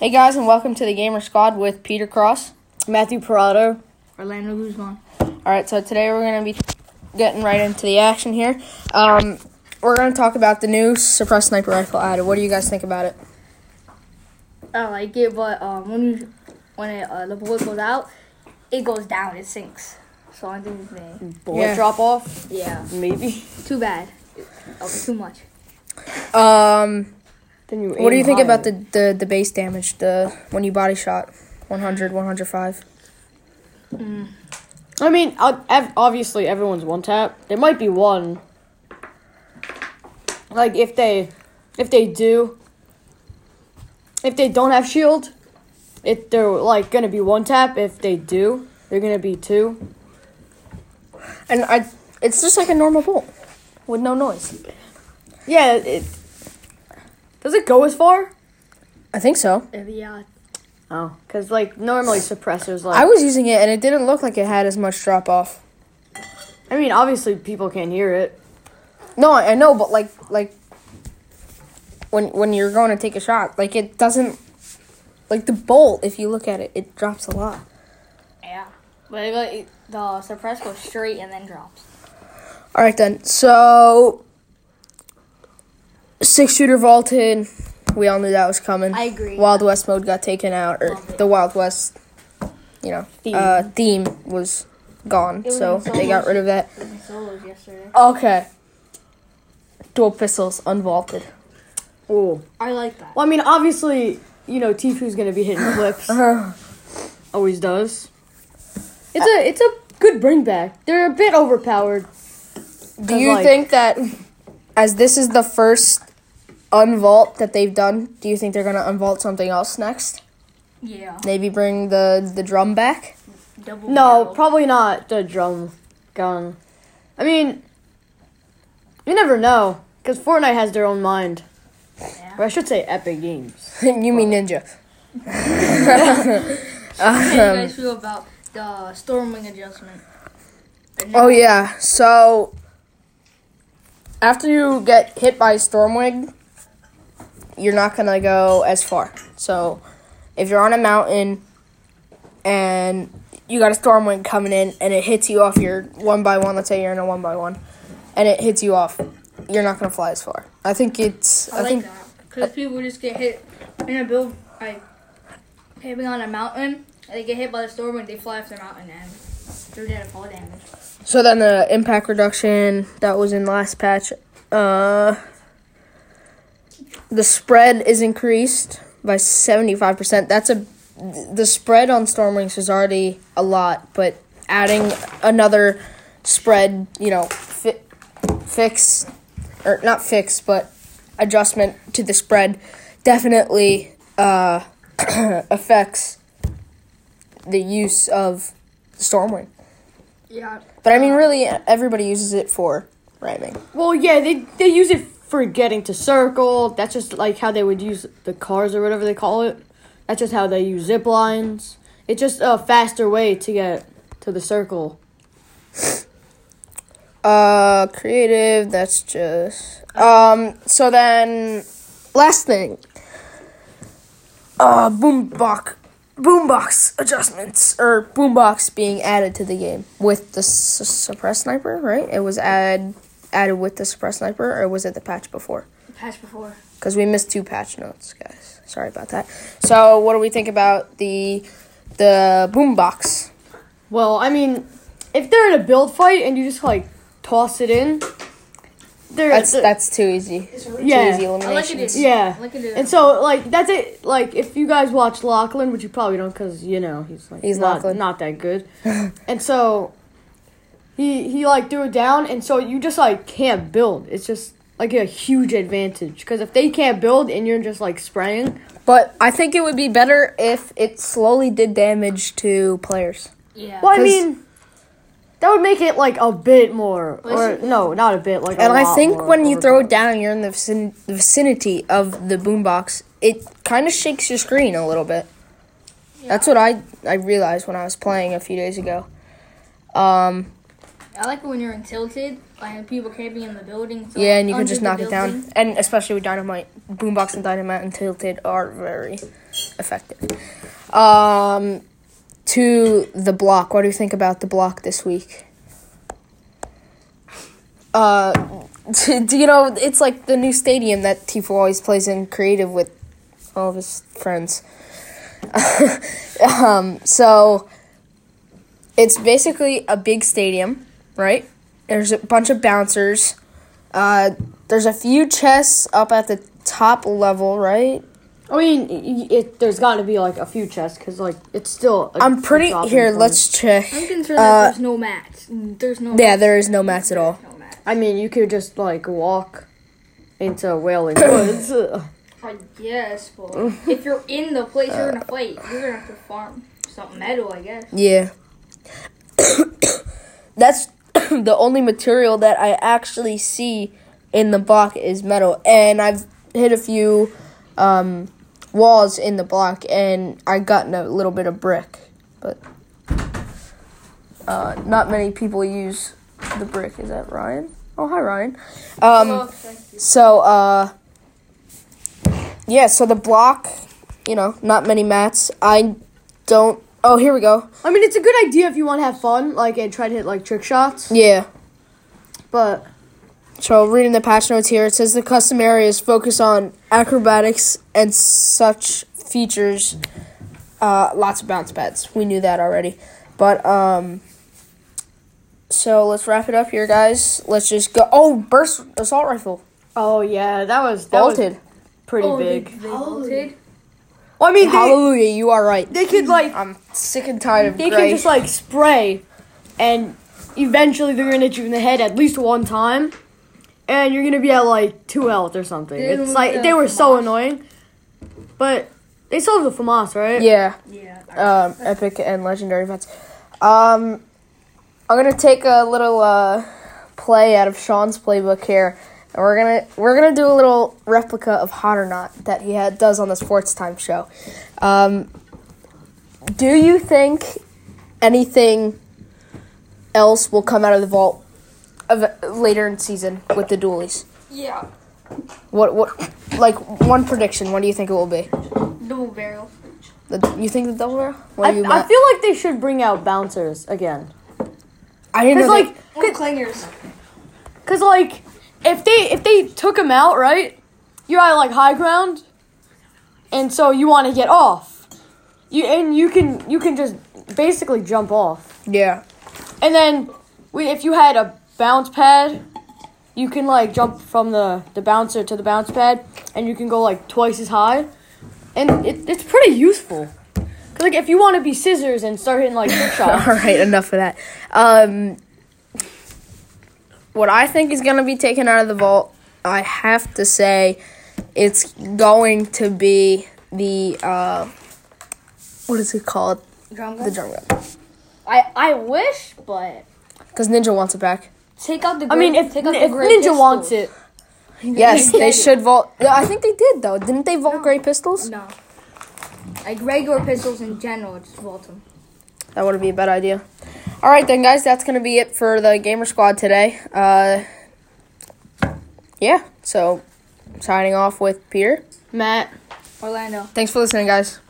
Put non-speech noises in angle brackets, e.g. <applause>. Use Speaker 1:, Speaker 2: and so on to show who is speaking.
Speaker 1: Hey guys, and welcome to the Gamer Squad with Peter Cross.
Speaker 2: Matthew Parado.
Speaker 3: Orlando Guzman.
Speaker 1: All right, so today we're going to be getting right into the action here. Um, we're going to talk about the new suppressed sniper rifle added. What do you guys think about it?
Speaker 3: I don't like it, but um, when you, when it, uh, the bullet goes out, it goes down. It sinks. So I think it's bad.
Speaker 2: Bullet
Speaker 1: Yeah.
Speaker 2: drop off?
Speaker 3: Yeah.
Speaker 2: Maybe. <laughs>
Speaker 3: Too bad. Oh, too much.
Speaker 1: Um,
Speaker 2: Then you
Speaker 1: what do you
Speaker 2: aim
Speaker 1: think
Speaker 2: high.
Speaker 1: about the, the, the base damage, the when you body shot 100, 105?
Speaker 2: I mean, ob- ev- obviously everyone's one tap. There might be one. Like if they, if they do, if they don't have shield, it they're like gonna be one tap. If they do, they're gonna be two.
Speaker 1: And I, it's just like a normal bolt with no noise.
Speaker 2: Yeah. It does it go as far?
Speaker 1: I think so.
Speaker 3: If, uh, yeah.
Speaker 2: Oh, cause like normally suppressors like
Speaker 1: I was using it and it didn't look like it had as much drop off.
Speaker 2: I mean obviously people can't hear it.
Speaker 1: No, I I know, but like like when when you're going to take a shot, like it doesn't like the bolt. If you look at it, it drops a lot.
Speaker 3: Yeah. But it, go- it, the suppress goes straight and then drops.
Speaker 1: All right then. So six shooter vaulted. We all knew that was coming.
Speaker 3: I agree.
Speaker 1: Wild West mode got taken out, or
Speaker 3: Love it.
Speaker 1: the Wild West, you know,
Speaker 2: Theme.
Speaker 1: Uh, theme was gone.
Speaker 3: was
Speaker 1: so
Speaker 3: in so
Speaker 1: they got
Speaker 3: much-
Speaker 1: rid of that.
Speaker 3: It was in solos yesterday.
Speaker 1: Okay. Dual pistols unvaulted.
Speaker 2: Oh.
Speaker 3: I like that.
Speaker 2: Well, I mean obviously you know Tifu's gonna be hitting <laughs> flips. Always does. Uh-huh. It's a it's a good bring back. They're a bit overpowered.
Speaker 1: Do
Speaker 2: 'Cause,
Speaker 1: you
Speaker 2: like-
Speaker 1: think that as this is the first unvault that they've done, do you think they're gonna unvault something else next?
Speaker 3: Yeah.
Speaker 1: Maybe bring the the drum back? <laughs>
Speaker 3: Double
Speaker 2: No,
Speaker 3: barrel.
Speaker 2: probably not the drum gun. I mean, you never know because Fortnite has their own mind.
Speaker 3: Yeah.
Speaker 2: Or I should say Epic Games.
Speaker 1: you mean ninja.
Speaker 3: How do you guys feel about the storming adjustment? The
Speaker 1: Oh yeah. So after you get hit by a stormwig, you're not gonna go as far. So if you're on a mountain and you got a stormwig coming in and it hits you off your one by one, let's say you're in a one by one, and it hits you off, you're not gonna fly as far. I think it's. I,
Speaker 3: I, like
Speaker 1: think.
Speaker 3: that because people just get hit in a build like hitting on a mountain. and They get hit by the storm and they fly off the mountain and they're dead of fall damage.
Speaker 1: So then the impact reduction that was in last patch, uh, the spread is increased by seventy five percent. That's a the spread on Stormwings was already a lot, but adding another spread, you know, fi- fix or not fix, but adjustment to the spread definitely uh, <clears throat> affects the use of Stormwing.
Speaker 3: Yeah,
Speaker 1: But I mean, really, everybody uses it for rhyming.
Speaker 2: Well, yeah, they they use it for getting to circle. That's just like how they would use the cars or whatever they call it. That's just how they use zip lines. It's just a faster way to get to the circle.
Speaker 1: Uh, creative. That's just. Um. So then, last thing. Uh, boombox, boombox adjustments or boombox being added to the game with the s- suppressed sniper, right? It was add added with the suppressed sniper, or was it the patch before?
Speaker 3: patch before.
Speaker 1: because we missed two patch notes, guys. Sorry about that. So, what do we think about the the boombox?
Speaker 2: Well, I mean, if they're in a build fight and you just like toss it in, they're
Speaker 1: That's
Speaker 2: they're-
Speaker 1: that's too easy.
Speaker 2: Yeah.
Speaker 1: Too easy
Speaker 2: I
Speaker 3: I like it.
Speaker 1: eliminations.
Speaker 3: is.
Speaker 2: Yeah.
Speaker 3: I like it. is.
Speaker 2: And so, like, that's it. Like, if you guys watch Lachlan, which you probably don't, because you know he's like
Speaker 1: He's
Speaker 2: not
Speaker 1: Lachlan.
Speaker 2: not
Speaker 1: <laughs>
Speaker 2: that good. and so, he he like threw it down, and so you just like can't build. It's just like a huge advantage because if they can't build and you're just like spraying,
Speaker 1: But I think it would be better if it slowly did damage to players.
Speaker 3: yeah.
Speaker 2: well, I
Speaker 1: 'Cause-
Speaker 2: mean, that would make it like a bit more, or
Speaker 3: Listen.
Speaker 2: no, not a bit, like. a
Speaker 1: And I
Speaker 2: lot
Speaker 1: think
Speaker 2: more
Speaker 1: when you throw
Speaker 2: overpowered.
Speaker 1: it down and you're in the, vicin- the vicinity of the boombox, it kind of shakes your screen a little bit. That's what I I realized when I was playing a few days ago. Um,
Speaker 3: I like it when you're in tilted, like and people can't be in the building. So
Speaker 1: yeah, and you can
Speaker 3: under
Speaker 1: just
Speaker 3: the
Speaker 1: knock it down.
Speaker 3: building,
Speaker 1: And especially with dynamite, boombox and dynamite and tilted are very effective. Um, to the block. What do you think about the block this week? Uh, <laughs> do, do you know, it's like the new stadium that Tifo always plays in creative with all of his friends. <laughs> um, so it's basically a big stadium, right? There's a bunch of bouncers. Uh, there's a few chests up at the top level, right?
Speaker 2: I mean, y- y- it, there's got to be like a few chests because like it's still. i
Speaker 1: I'm pretty here. Let's check.
Speaker 3: I'm concerned
Speaker 1: Uh,
Speaker 3: that there's no mats. There's no.
Speaker 1: Yeah, there is no mats at all.
Speaker 3: No mats.
Speaker 2: I mean, you could just like walk into Wailing <coughs> Woods. Ugh.
Speaker 3: I guess, but if you're in the place, you're
Speaker 1: Uh.
Speaker 3: gonna fight. You're gonna have to farm some metal, I guess.
Speaker 1: Yeah. <coughs> That's <coughs> the only material that I actually see in the block is metal. And I've hit a few um, walls in the block and I gotten a little bit of brick. But uh, not many people use the brick. Is that Ryan? Oh, hi, Ryan. Um,
Speaker 3: oh, thank you.
Speaker 1: so, uh, yeah, so the block, you know, not many mats. I don't. Oh, here we go.
Speaker 2: I mean, it's a good idea if you want to have fun, like and try to hit like trick shots.
Speaker 1: Yeah.
Speaker 2: But
Speaker 1: So reading the patch notes here, it says the custom areas focus on acrobatics and such features. Uh, lots of bounce pads. We knew that already, but um. So let's wrap it up here, guys. Let's just go. Oh, burst assault rifle
Speaker 2: oh yeah, that was that was
Speaker 1: bolted.
Speaker 2: pretty
Speaker 3: Oh, they-
Speaker 2: big.
Speaker 3: They bolted.
Speaker 2: Well, I mean, they,
Speaker 1: Hallelujah! You are right.
Speaker 2: they could like
Speaker 1: I'm sick and tired of
Speaker 2: they
Speaker 1: gray.
Speaker 2: can just like spray, and eventually they're gonna hit you in the head at least one time, and you're gonna be at like two health or something.
Speaker 3: They didn't
Speaker 2: it's like
Speaker 3: look
Speaker 2: they
Speaker 3: at
Speaker 2: were so
Speaker 3: FAMAS.
Speaker 2: annoying, but they still have the FAMAS, right?
Speaker 1: yeah.
Speaker 3: Yeah.
Speaker 1: um, epic and legendary events. Um, I'm gonna take a little uh, play out of Sean's playbook here, and we're gonna we're gonna do a little replica of Hot or Not that he had, does on the Sports Time show. Um, do you think anything else will come out of the vault of, later in season with the dualies?
Speaker 3: yeah.
Speaker 1: What what like one prediction? What do you think it will be?
Speaker 3: Double barrel.
Speaker 1: The, you think the double barrel? What
Speaker 2: I,
Speaker 1: do you
Speaker 2: I
Speaker 1: want?
Speaker 2: feel like they should bring out bouncers again,
Speaker 1: I didn't
Speaker 2: cause
Speaker 1: know. that-
Speaker 2: like
Speaker 3: Or clangers.
Speaker 2: Cause like, if they if they took him out, right? You're at like high ground, and so you want to get off. You and you can you can just basically jump off,
Speaker 1: yeah.
Speaker 2: and then we, if you had a bounce pad, you can like jump from the the bouncer to the bounce pad, and you can go like twice as high, and it, it's pretty useful. 'Cause, like if you want to be scissors and start hitting
Speaker 3: <laughs>
Speaker 2: like trick
Speaker 1: <laughs>
Speaker 2: shots,
Speaker 1: All right, enough of that. Um, what I think is going to be taken out of the vault, I have to say, it's going to be the uh, what is it called?
Speaker 3: Drum
Speaker 1: The drum
Speaker 3: gun.
Speaker 1: gun.
Speaker 3: I I wish, but
Speaker 1: Because Ninja wants it <laughs> back.
Speaker 3: take out the.
Speaker 2: I mean
Speaker 3: great-
Speaker 2: if, if
Speaker 3: take out the great
Speaker 2: Ninja wants
Speaker 3: pistols. <laughs>
Speaker 2: it,
Speaker 1: Yes, they
Speaker 3: Daddy.
Speaker 1: should vault. Yeah, I think they did though. Didn't they vault
Speaker 3: No.
Speaker 1: Great Pistols?
Speaker 3: No. Like regular pistols in general, just vault them.
Speaker 1: That would be a bad idea. All right, then, guys, that's going to be it for the Gamer Squad today. Uh, yeah, so signing off with Peter.
Speaker 2: Matt.
Speaker 3: Orlando.
Speaker 1: Thanks for listening, guys.